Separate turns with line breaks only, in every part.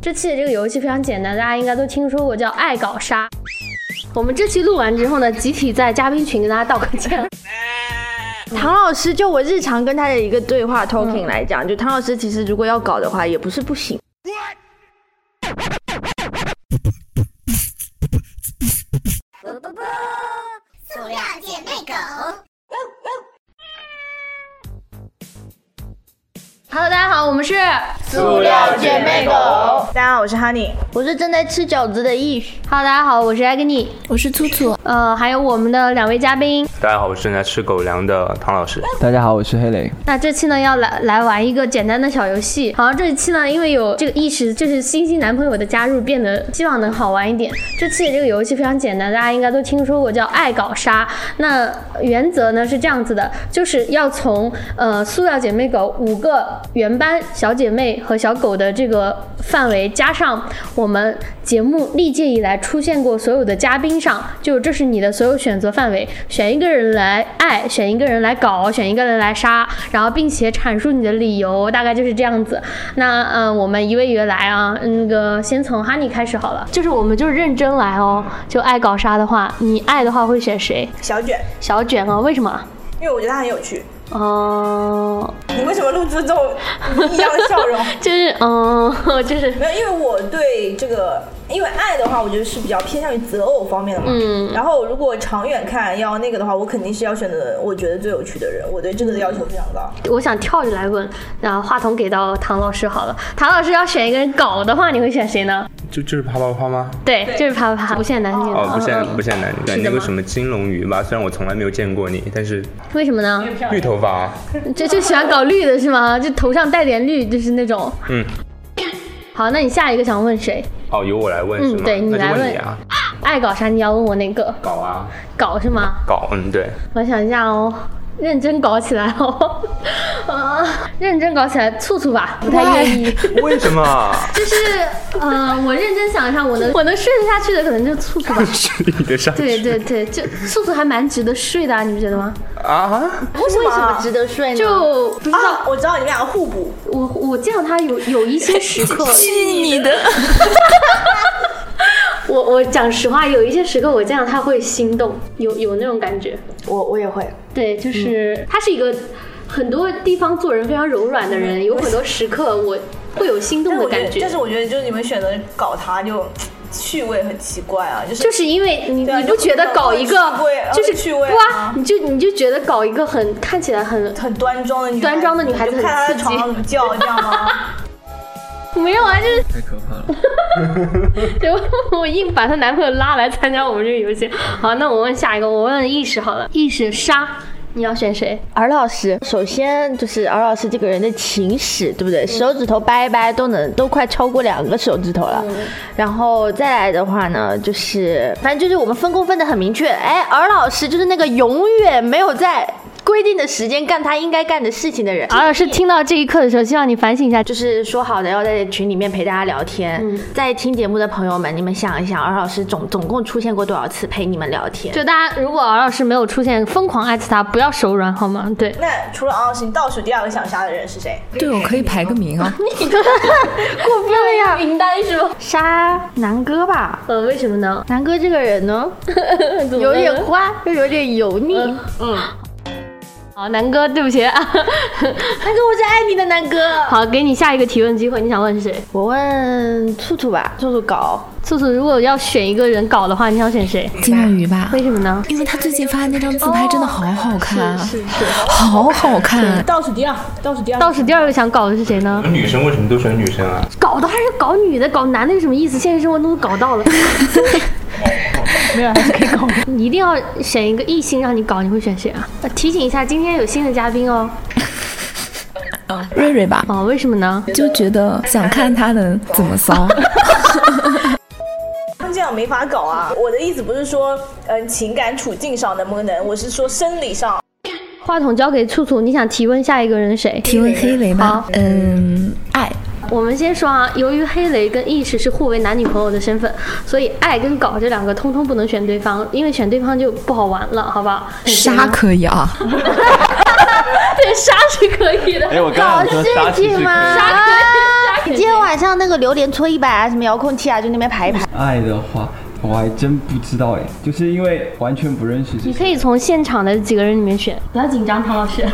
这期的这个游戏非常简单，大家应该都听说过，叫“爱搞杀”。我们这期录完之后呢，集体在嘉宾群跟大家道个 歉。
唐老师，就我日常跟他的一个对话 talking 来讲，就唐老师其实如果要搞的话，也不是不行。
塑料姐妹狗，
Hello，大家好，我们是
塑料姐妹狗，
大家好，我是 Honey，
我是正在吃饺子的 Eve。Hello，大家好，我是 Agni。
我是兔兔，
呃，还有我们的两位嘉宾。
大家好，我是正在吃狗粮的唐老师。
大家好，我是黑雷。
那这期呢，要来来玩一个简单的小游戏。好，这一期呢，因为有这个意识，就是星星男朋友的加入，变得希望能好玩一点。这期的这个游戏非常简单，大家应该都听说过，叫“爱搞杀”。那原则呢是这样子的，就是要从呃塑料姐妹狗五个原班小姐妹和小狗的这个范围，加上我们节目历届以来出现过所有的嘉宾上，就这是你的所有选择范围，选一个人来爱，选一个人来搞，选一个人来杀，然后并且阐述你的理由，大概就是这样子。那嗯、呃我们一位一位来啊，那个先从哈尼开始好了，就是我们就认真来哦，就爱搞杀的话，你爱的话会选谁？
小卷，
小卷啊？为什么？
因为我觉得他很有趣。
哦、
你为什么露出这种异样的笑 容？
就是嗯、 就是
没有，因为我对这个，因为爱的话，我觉得是比较偏向于择偶方面的嘛。
嗯
然后如果长远看要那个的话，我肯定是要选择我觉得最有趣的人。我对这个的要求非常高。
我想跳着来问，然后话筒给到唐老师好了。唐老师要选一个人搞的话，你会选谁呢？
就就是啪啪啪吗？
对，就是啪啪啪，不限男女的。
哦，不
嗯
限
嗯
不限男女，
是的
那个
吗
什么金龙鱼吧，虽然我从来没有见过你，但是
为什么呢？
绿头发啊，
就就喜欢搞绿的是吗？就头上带点绿，就是那种。
嗯，
好，那你下一个想问谁？
哦，由我来问
嗯
是吗？
对你
那
来
就
问
你啊，
爱搞啥？你要问我哪个？
搞啊，
搞是吗？
搞，嗯，对，
我想一下哦，认真搞起来哦， 啊，认真搞起来，醋醋吧，不太愿意。
为什 么？
就是，呃，我认真想一下，我能我能睡得下去的，可能就醋醋吧。
是你的上
对对对，就素素还蛮值得睡的、啊，你不觉得吗？
啊？
为什么
值得睡呢？
就不知道，
啊？我知道你们俩互补，
我我见到他有有一些时 刻，
是你的，
我我讲实话，有一些时刻我见到他会心动，有有那种感觉。
我我也会。嗯
对，就是、他是一个很多地方做人非常柔软的人，有很多时刻我会有心动
嗯但是
的
我觉
感
得，
觉
但。是我觉得，就是你们选择搞他就趣味很奇怪啊，就是
就是因为你、
对啊
你不觉得搞一个
就很趣味
就是
很趣味啊
不啊，你就你就觉得搞一个很看起来很
很端庄的女孩子
端庄的女孩子
你就看她
很
在
刺激
床上怎么叫，你知道 吗？
没有啊，就是
哦太可怕了！
对，我我硬把她男朋友拉来参加我们这个游戏。
嗯
好，那我问下一个，我问意识好了，意识杀，你要选谁？
尔老师，首先就是尔老师这个人的情史，对不对？手指头掰一掰都能都快超过两个手指头了。然后再来的话呢，就是反正就是我们分工分得很明确。哎，尔老师就是那个永远没有在规定的时间干他应该干的事情的人。
而老师听到这一刻的时候，希望你反省一下，就
就是是说好的要在群里面陪大家聊天，在听节目的朋友们，你们想一想，尔老师总总共出现过多少次陪你们聊天？
就大家如果敖老师没有出现，疯狂艾特他，不要手软好吗？对，
那除了昂老师，你倒数第二个想杀的人是谁？
对，我可以排个名啊。
过分了呀，名单是吗？
杀南哥吧，
呃，为什么呢？
南哥这个 人呢，有点花，又有点油腻。南
好，南哥，对不起啊。
哥，我是爱你的南哥。
好，给你下一个提问机会，你想问谁？
我问兔兔吧，兔兔搞
素素，如果要选一个人搞的话，你想选谁？
金龙鱼吧，
为什么呢？
啊因为他最近发的那张自拍真的好好看 啊，
是是。
好好看。啊
倒数第二，倒数第二，
倒数第二个想搞的是谁呢？
女生为什么都选女生啊？
搞的还是搞女的，搞男的有什么意思？现实生活中都搞到了。
没有，还是可 以搞。
你一定要选一个异性让你搞，你会选谁啊？呃提醒一下，今天有新的嘉宾哦。
瑞瑞吧，
哦，为什么呢？
就觉得想看他能怎么 骚。
他们这样没法搞啊！我的意思不是说，嗯、情感处境上能不能，我是说生理上。
话筒交给醋醋，你想提问下一个人是谁？
提问黑雷吧
好，
嗯，爱
我们先说啊，由于黑雷跟意识是互为男女朋友的身份，所以爱跟搞这两个通通不能选对方，因为选对方就不好玩了，好不好？
杀可以啊，
对，杀是可以的。
哎，我刚想说杀气是可以的。
杀可以，杀可
你
以。
今天晚上那个榴莲搓衣板啊，什么遥控器啊，就那边排一排。
爱的话，我还真不知道哎，就是因为完全不认识这
你
些
可以从现场的几个人里面选，不要紧张，唐老 师。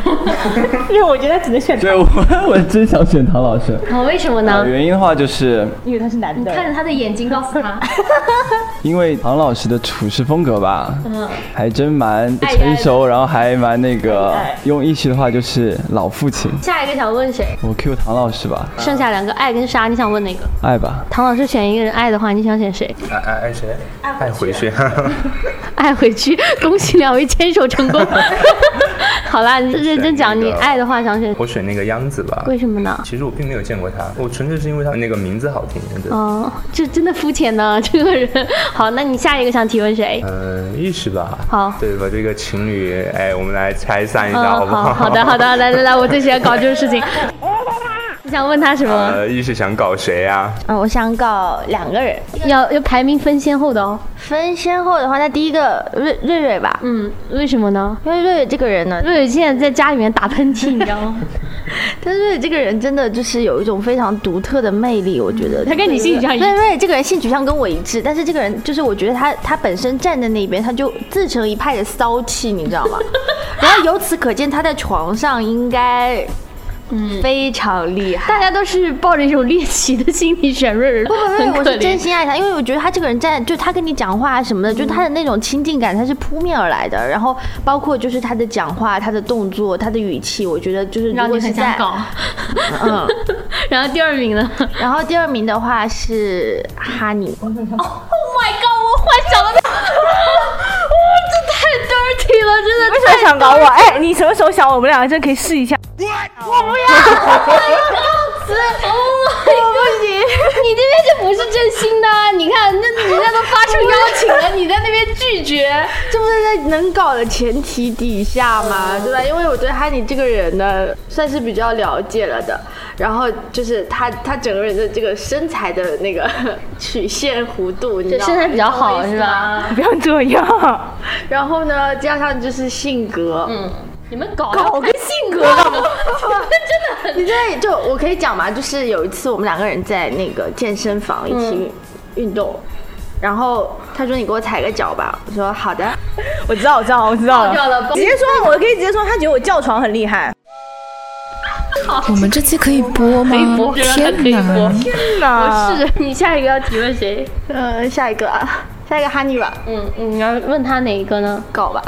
因为我觉得只能选
对我， 我真想选唐老师。
好，为什么呢？
原因的话，就是
因为他是男
看
的。
着他的眼睛告诉 他，
因为唐老师的处事风格吧，嗯，还真蛮
爱的
成熟，然后还蛮那个
爱的，
用一起的话就是老父亲。
下一个想问谁？
我 Q 唐老师吧，
啊
剩下两个爱跟杀，你想问哪个？
爱吧，
唐老师选一个人爱的话，你想选谁？
爱爱爱哎谁？爱回去。哈
啊
哈
爱回去，恭喜两位牵手成 功。好啦，你认真讲，
啊
你爱的话想选，
我选那个秧子吧。
为什么呢？
其实我并没有见过他，我纯粹是因为他那个名字好听。对，
哦，这真的肤浅呢， 这个人。好，那你下一个想提问谁？
嗯，意识吧。
好
对吧？这个情侣，哎，我们来拆散一
嗯，
下，呃好不
好
好
的好。 的，来来来，我最喜欢搞这种事情。你想问他什么？
呃，意识想搞谁啊？
嗯，我想搞两个人，
要要排名分先后的哦。
分先后的话，那第一个瑞瑞瑞吧，
嗯，为什么呢？
因为瑞瑞这个人呢，
瑞瑞现在在家里面打喷嚏，你知道 吗？
但是瑞瑞这个人真的就是有一种非常独特的魅力，我觉得
他跟你性取向一致
瑞瑞这个人性取向跟我一致，但是这个人就是我觉得他他本身站在那边，他就自成一派的骚气，你知道 吗？然后由此可见，他在床上应该嗯非常厉害。
大家都是抱着一种猎奇的心理选瑞瑞，
不
嗯很
不不，我
可
是真
怜。嗯
心爱他，因为我觉得他这个人站，就他跟你讲话什么的，就他的那种亲近感，他是扑面而来的。然后包括就是他的讲话、他的动作、他的语气，我觉得就是如
让
果
你
是
很
在
想搞，
嗯，
然后第二名呢
Oh
然后第二名的话是哈尼，
？Oh my god！我幻想了他，哇，这太 dirty 了，真的
为什么想搞我？哎，你什么时候想我们两个真可以试一下？
我不行，哦你这边就不是真心的啊。你看，那人家都发出邀请了，你在那边拒绝。
这不是在能搞的前提底下吗？对吧？因为我对哈尼这个人呢，算是比较了解了的。然后就是他，他整个人的这个身材的那个 曲线弧度， 你知
对，
道吗
身材比较好是？吧？
不要这样。 然后呢，加上就是性格，嗯，
你们搞 搞跟性格干嘛？真的
你这就我可以讲嘛，就是有一次我们两个人在那个健身房一起运运动，然后他说你给我踩个脚吧，我说好的，
我知道，我知道，我知 道
掉了
直接说，我可以直接说，他觉得我叫床很厉害。
我们这期可以播吗？
播
天哪！
很是 你下一个要提问谁？
呃，下一个啊，下一个哈尼吧，
嗯，你要问他哪一个呢？
搞吧。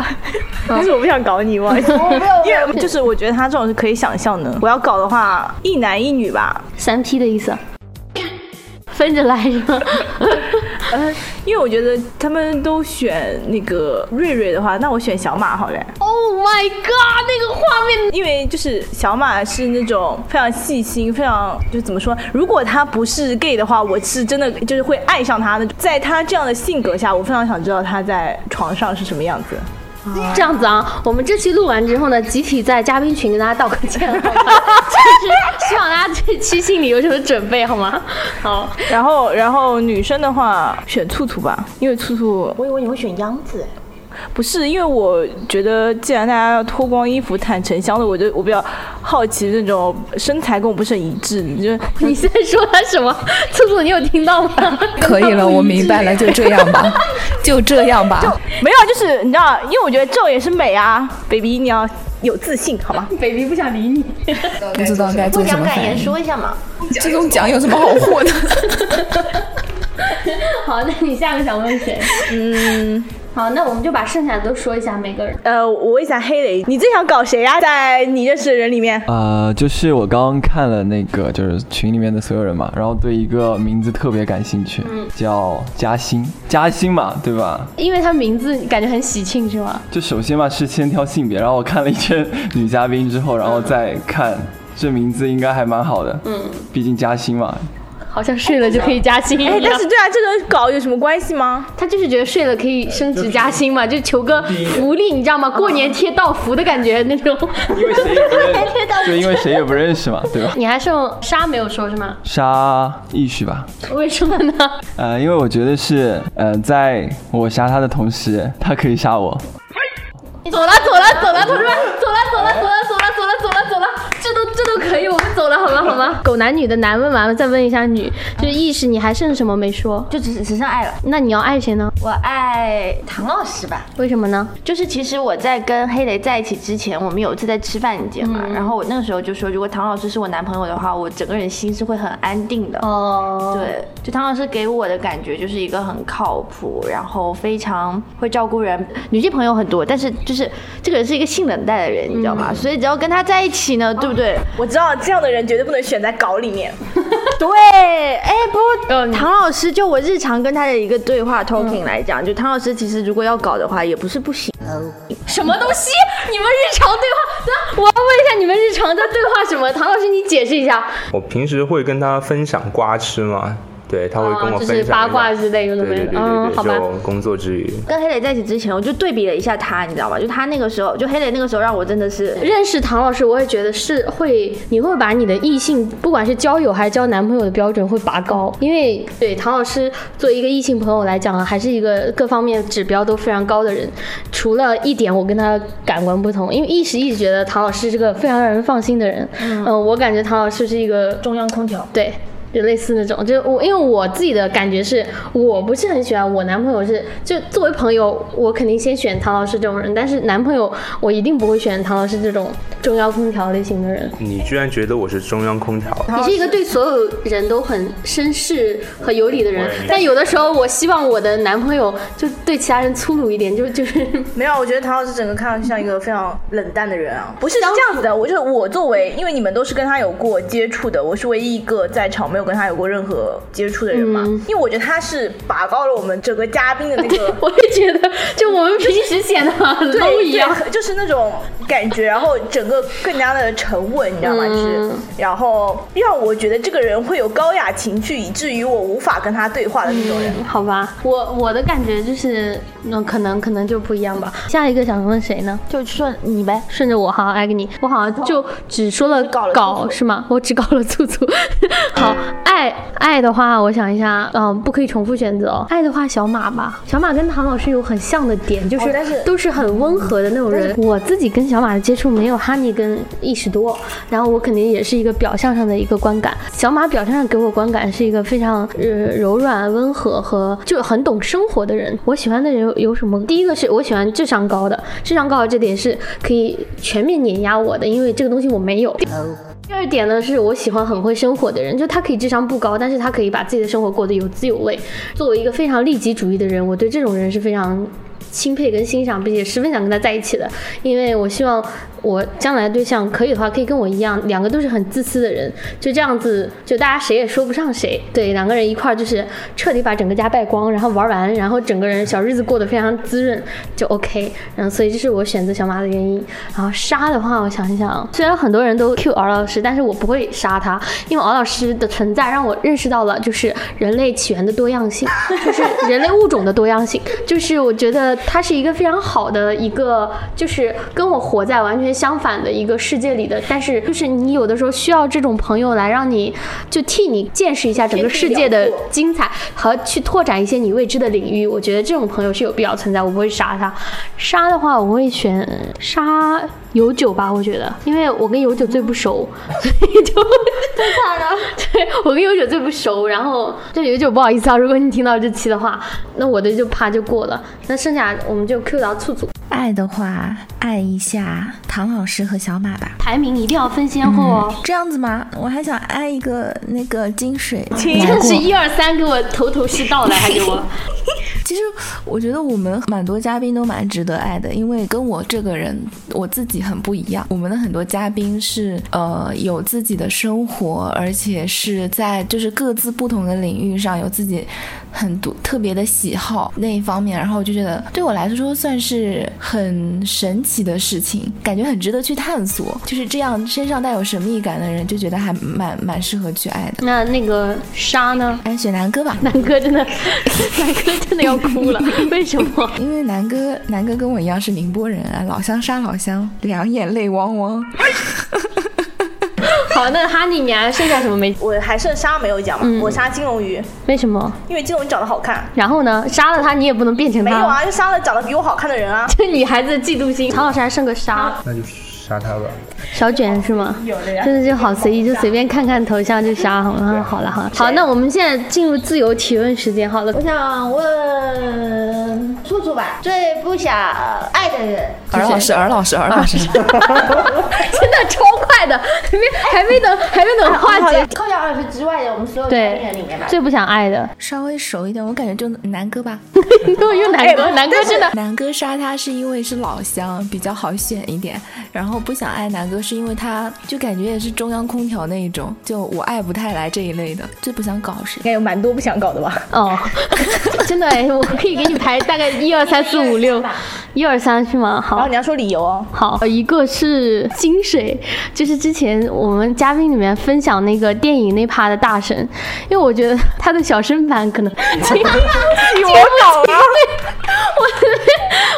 但是我不想搞你， 我因为就是我觉得他这种是可以想象的。我要搞的话，一男一女吧，
三 P 的意思。啊分着来是吗？
嗯，因为我觉得他们都选那个瑞瑞的话，那我选小马好了，
Oh my god！那个画面
因为就是小马是那种非常细心，非常就怎么说，如果他不是 gay 的话，我是真的就是会爱上他的。在他这样的性格下，我非常想知道他在床上是什么样子。
这样子啊，我们这期录完之后呢，集体在嘉宾群跟大家道个歉，好吧？ 就是希望大家这期心里有什么准备，好吗？好，
然后，然后女生的话选兔兔吧，因为兔兔
我以为你会选秧子，
不是因为我觉得，既然大家要脱光衣服坦诚相对，我就我比较好奇那种身材跟我不是很一致，你就
你在说他什么？兔兔，你有听到 吗？
可以 了，我明白 了，就这样 吧，就这样吧。
没有，啊就是你知道，因为我觉得这种也是美啊，baby，你要有自信好吗？
不知道该做什
想
么
敢
反
言
应。
说一下嘛。
这种奖有什么好获的？
好，那你下个想问谁？嗯，好，那我们就把剩下的都说一下，每个人。
呃，我问一下黑雷，你最想搞谁呀、在你认识的人里面，
呃，就是我刚刚看了那个，就是群里面的所有人嘛，然后对一个名字特别感兴趣，
嗯
叫嘉欣，嘉欣嘛，对吧？
因为他名字感觉很喜庆是吗？
就首先嘛是先挑性别，然后我看了一圈女嘉宾之后，然后再看这名字应该还蛮好的，嗯，毕竟嘉欣 嘛，
好像睡了就可以加薪一样
哎，但是对啊，这跟搞有什么关系吗？
他就是觉得睡了可以升职加薪嘛，就求个福利，你知道吗？过年贴道福的感觉那种。？
因为谁也不认识，对，因为谁也不认识嘛，对吧
你还剩沙没有说是吗？
杀艺许吧，
为什么呢？
呃，因为我觉得是，呃，在我杀他的同时，他可以杀我，
走了，走了，走了，同志们，走了，走了，走了，走了，走了，走了，这都可以，我们走了好吗？好吗？狗男女的男问完了，再问一下女，就是意识你还剩什么没说？
就只只剩爱了。
那你要爱谁呢？
我爱唐老师吧。
为什么呢？
就是其实我在跟黑雷在一起之前，我们有一次在吃饭节嘛，然后我那个时候就说，如果唐老师是我男朋友的话，我整个人心是会很安定的。
哦，
对，就唐老师给我的感觉就是一个很靠谱，然后非常会照顾人。女性朋友很多，但是就是这个人是一个性冷淡的人，你知道吗？所以只要跟他在一起呢，对不对？
我知道这样的人绝对不能选在搞里面。
对，哎，不过唐老师就我日常跟他的一个对话 talking 来讲，就唐老师其实如果要搞的话，也不是不行。
什么东西？你们日常对话？那我要问一下，你们日常在对话什么？唐老师，你解释一下。
我平时会跟他分享瓜吃嘛，对他会跟
啊
我
就
分
是
享一下
八卦之类的
对对对
嗯
对
好
对，
吧
就工作之余，
跟黑磊在一起之前，我就对比了一下他，你知道吗？就他那个时候，就黑磊那个时候让我真的是
认识唐老师，我也觉得是会，你会把你的异性，不管是交友还是交男朋友的标准会拔高，因为对唐老师作为一个异性朋友来讲啊，还是一个各方面指标都非常高的人。除了一点，我跟他感官不同，因为一时一直觉得唐老师是个非常让人放心的人。嗯、我感觉唐老师是一个
中央空调，
对，就类似那种，就我因为我自己的感觉是，我不是很喜欢我男朋友是，就作为朋友，我肯定先选唐老师这种人，但是男朋友我一定不会选唐老师这种中央空调类型的人。
你居然觉得我是中央空调，
你是一个对所有人都很绅士和有礼的人
我也，
但有的时候我希望我的男朋友就对其他人粗鲁一点，就就是
没有，我觉得唐老师整个看上去像一个非常冷淡的人啊，不是是这样子的。我就是我作为，因为你们都是跟他有过接触的，我是唯一一个在场没有跟他有过任何接触的人嘛。因为我觉得他是拔高了我们整个嘉宾的那个
我也觉得，就我们平时显得很 low
对
一样。
对，就是那种感觉，然后整个更加的沉稳，你知道吗？就是，然后让我觉得这个人会有高雅情趣，以至于我无法跟他对话的那种人。
好吧，我我的感觉就是，嗯，可能可能就不一样吧。下一个想问谁呢？
就顺你呗。
顺着我哈，艾格你，我好像就只说了
搞了
搞
兔兔
哦是吗？我只搞了兔兔。 好，爱爱的话，我想一下，嗯，不可以重复选择哦。爱的话，小马吧，小马跟唐老师有很像的点，就是
哦但是
都是很温和的那种人。我自己跟小马的接触没有哈尼跟意识多，然后我肯定也是一个表象上的一个观感。小马表象上给我观感是一个非常呃柔软、温和和就很懂生活的人。我喜欢的人有有什么？第一个是我喜欢智商高的，智商高的这点是可以全面碾压我的，因为这个东西我没有。第二点呢，是我喜欢很会生活的人，就他可以智商不高，但是他可以把自己的生活过得有滋有味。作为一个非常利己主义的人，我对这种人是非常钦佩跟欣赏，并且十分想跟他在一起的，因为我希望我将来的对象可以的话，可以跟我一样，两个都是很自私的人，就这样子，就大家谁也说不上谁，对，两个人一块儿就是彻底把整个家败光，然后玩完，然后整个人小日子过得非常滋润，就 OK。然后所以这是我选择小马的原因。然后杀的话，我想一想啊，虽然很多人都 Q 敖老师，但是我不会杀他，因为敖老师的存在让我认识到了就是人类起源的多样性，就是人类物种的多样性，就是我觉得他是一个非常好的一个，就是跟我活在完全相反的一个世界里的，但是就是你有的时候需要这种朋友来让你就替你见识一下整个世界的精彩和去拓展一些你未知的领域，我觉得这种朋友是有必要存在，我不会杀他。杀的话，我会选杀有酒吧，我觉得，因为我跟有酒最不 熟，所以就真的，对我跟有酒最不熟。然后这有酒不好意思啊，如果你听到这期的话，那我的就啪就过了。那剩下我们就 Q 到兔兔，
爱的话，爱一下唐老师和小马吧。
排名一定要分先后哦。
这样子吗？我还想爱一个那个金水，
真的是一二三给我头头是道的，还给 我。
其实我觉得我们蛮多嘉宾都蛮值得爱的，因为跟我这个人我自己很不一样。我们的很多嘉宾是呃有自己的生活，而且是在就是各自不同的领域上有自己很独特别的喜好那一方面，然后我就觉得对我来说算是很神奇的事情，感觉很值得去探索。就是这样身上带有神秘感的人，就觉得还蛮蛮适合去爱的。
那那个杀呢？
哎，选南哥吧。
南哥真的， 南哥真的要哭了， 为什么？
因为南哥，南哥跟我一样是宁波人啊，老乡杀老乡，两眼泪汪汪。
好，那哈尼，你还剩下什么没？
我还剩杀没有讲嘛？
嗯
我杀金龙鱼，
为什么？
因为金龙鱼长得好看。
然后呢？杀了他，你也 不能变成
没
他。
有啊，就杀了长得比我好看的人啊。
这女孩子的嫉妒心。唐老师还剩个杀，
那就是杀他吧。
小卷是吗？有的呀，真的就好随意，就随便看看头像就杀好了，啊好了哈。好，那我们现在进入自由提问时间，好了
我。想问兔兔吧，最不想爱的人，
尔老师，尔老师，尔老师，
真的超快的，还没还没等还没等话结，
扣掉二十之外的我们所有成
对
员里面吧，，
最不想爱的，
稍微熟一点，我感觉就南哥吧。
又又南哥，南哥真的
南哥杀他是因为是老乡，比较好选一点。然后不想爱南哥是因为他就感觉也是中央空调那一种，就我爱不太来这一类的，最不想搞谁。
该有蛮多不想搞的吧？
哦， 真的哎，我可以给你排大概一二三四五六，一二三是吗？
然
好
后你。要说理由哦，
好，呃一个是金水，就是之前我们嘉宾里面分享那个电影那趴的大神，因为我觉得他的小身板可能挺我搞了，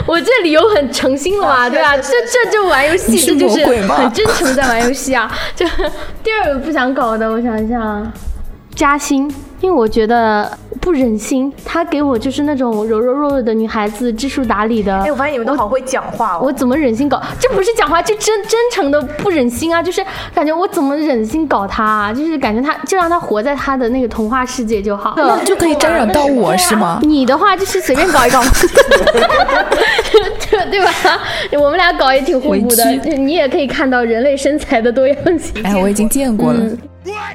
我我这理由很诚心了 嘛，对吧？这这就玩游戏，这
你是
就
魔
是
鬼吗
很真诚在玩游戏 啊。这第二个不想搞的，我想一下啊，嘉欣，因为我觉得不忍心，她给我就是那种柔柔弱弱的女孩子，知书达理的。
哎，我发现你们都好会讲话哦。
我怎么忍心搞？这不是讲话，这真真诚的不忍心啊！就是感觉我怎么忍心搞他、啊？就是感觉他就让他活在他的那个童话世界就好。
那就可以沾染到我是吗？
你的话就是随便搞一搞，对对吧？我们俩搞也挺互补的，
委屈
你也可以看到人类身材的多样性。
哎，我已经见过了。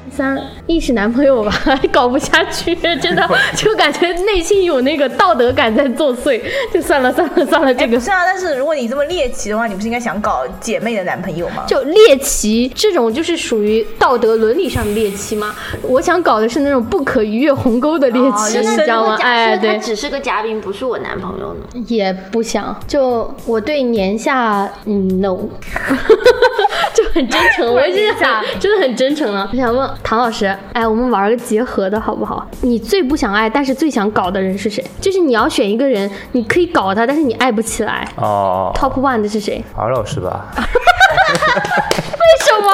三，意识男朋友吧， 搞不下去，真 的就感觉内心有那个道德感在作祟，就算了算了算了，这
哎
个
不是啊，但是如果你这么猎奇的话，你不是应该想搞姐妹的男朋友吗？
就猎奇这种就是属于道德伦理上的猎奇嘛。 我想搞的是那种不可逾越鸿沟的猎奇，
那
你
如
知道
果
吗？
假
哎，
设他
对，
只是个嘉宾，不是我男朋友呢？
也不想。就我对年下，嗯，no，就很真诚，我是很 真的很真诚啊了。我想问唐老师，哎，我们玩个结合的好不好？你最不想爱，但是最想搞的人是谁？就是你要选一个人，你可以搞他，但是你爱不起来。
哦，
Top one 的是谁？
敖老 师吧，
为什么？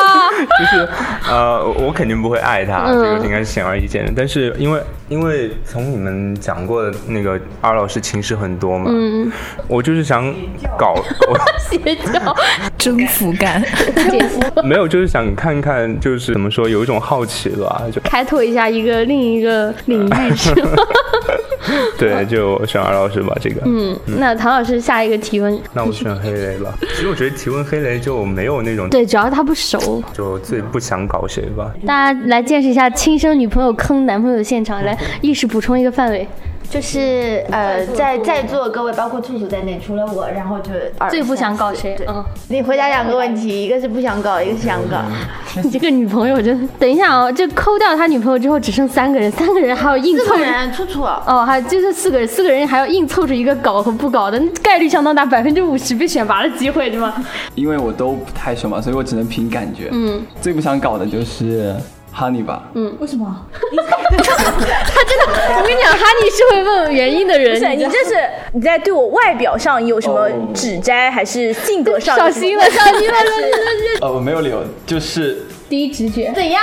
就是呃，我我肯定不会爱他，
嗯
这个应该是显而易见的。但是因为因为从你们讲过的那个敖老师情史很多嘛，嗯，我就是想搞，
邪教。
征服感，
我 没有，就是想看看，就是怎么说，有一种好奇吧，就
开拓一下一个另一个领域是吗？
对，就选敖老师吧，这个，嗯。
嗯，那唐老师下一个提问，
那我选黑雷吧。其实我觉得提问黑雷就没有那种，
对，主要他不熟，
就最不想搞谁吧。
大家来见识一下亲生女朋友坑男朋友的现场，来意识补充一个范围，
就是呃，在在座各位，包括兔兔在内，除了我，然后就是二
最不想搞
三四
谁？
对
嗯，
你回答两个问题，一个是不想搞，一个是想搞。
你这个女朋友真的，等一下哦，这抠掉他女朋友之后只剩三个人，三个人还要硬
四
凑
个。人，兔兔，
哦，还有就是四个人，四个人还要硬凑出一个搞和不搞的，那概率相当大，百分之五十被选拔的机会是吗？
因为我都不太喜欢，所以我只能凭感觉。嗯，最不想搞的就是 Honey 吧。嗯，
他真的，我跟你讲，哈尼是会问原因的 人，
不是
你
你
知道
这是你在对我外表上有什么
哦
指摘，还是性格上有
小
什么？
心了，小心了，
呃，我没有理由，就是
第一直觉。
怎样？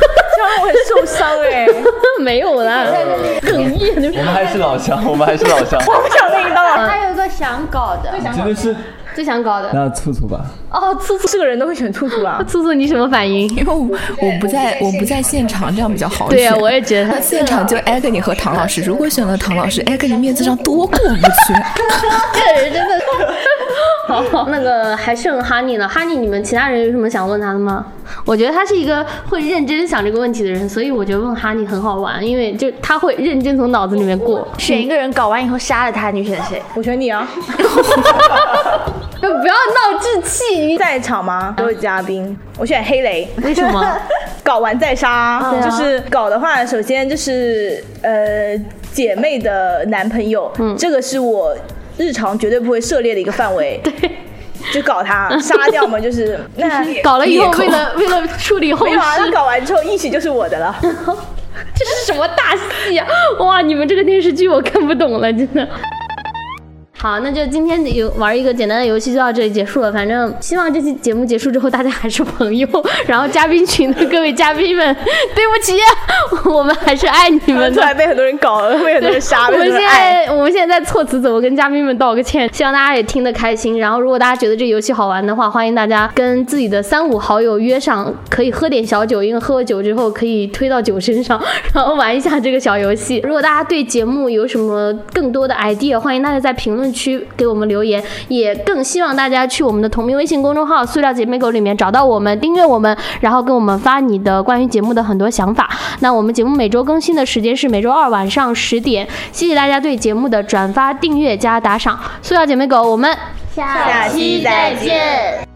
这让我很受伤哎、
没有啦， 哽咽。
我们还是老乡， 我们还是老乡，
不想啊跟你当老
还有一个想搞的，
真的是。
最想搞的
那兔兔吧，
哦，兔兔，
这个人都会选兔兔啊。
兔兔，你什么反应？
因为我我不在，我不在现场，这样比较好
对呀，啊
选
我也觉得他
现场就艾格你和唐老师，如果选了唐老师，艾格你面子上多过不去。
这个人真的 好。那个还剩哈尼呢，哈尼，你们其他人有什么想问他的吗？我觉得他是一个会认真想这个问题的人，所以我觉得问哈尼很好玩，因为就他会认真从脑子里面过。
选一个人搞完以后杀了他，你选谁？
我选你啊，
不要闹志气，
在场吗？各位嘉宾，我选黑雷。
为什么？
搞完再杀，
对啊
就是搞的话，首先就是呃姐妹的男朋友，这个是我日常绝对不会涉猎的一个范围。对。就搞他，杀掉嘛，就是那
搞了以后
裂，口
为了为了处 理后
没
事
有，啊，那搞完之后，一起就是我的了。
这 是什么大戏呀、哇，你们这个电视剧我看不懂了，真的。
好，那就今天有玩一个简单的游戏就到这里结束了。反正希望这期节目结束之后大家还是朋友，然后嘉宾群的各位嘉宾们，对不起，啊我们还是爱你们
突
的。
然被很多人搞了，被很多人杀，
我
被
们
很多
现
人爱。
在我们现在在措辞怎么跟嘉宾们道个歉， 希望大家也听得开心。然后，如果大家觉得这游戏好玩的话，欢迎大家跟自己的三五好友约上，可以喝点小酒，因为喝了酒之后可以推到酒身上，然后玩一下这个小游戏。 如果大家对节目有什么更多的 idea，欢迎大家在评论区给我们留言，也更希望大家去我们的同名微信公众号“塑料姐妹狗”里面找到我们，订阅我们，然后跟我们发你的关于节目的很多想法。那我们节目每周更新的时间是每周二晚上十点，谢谢大家对节目的转发、订阅加打赏。塑料姐妹狗，我们
下期再见。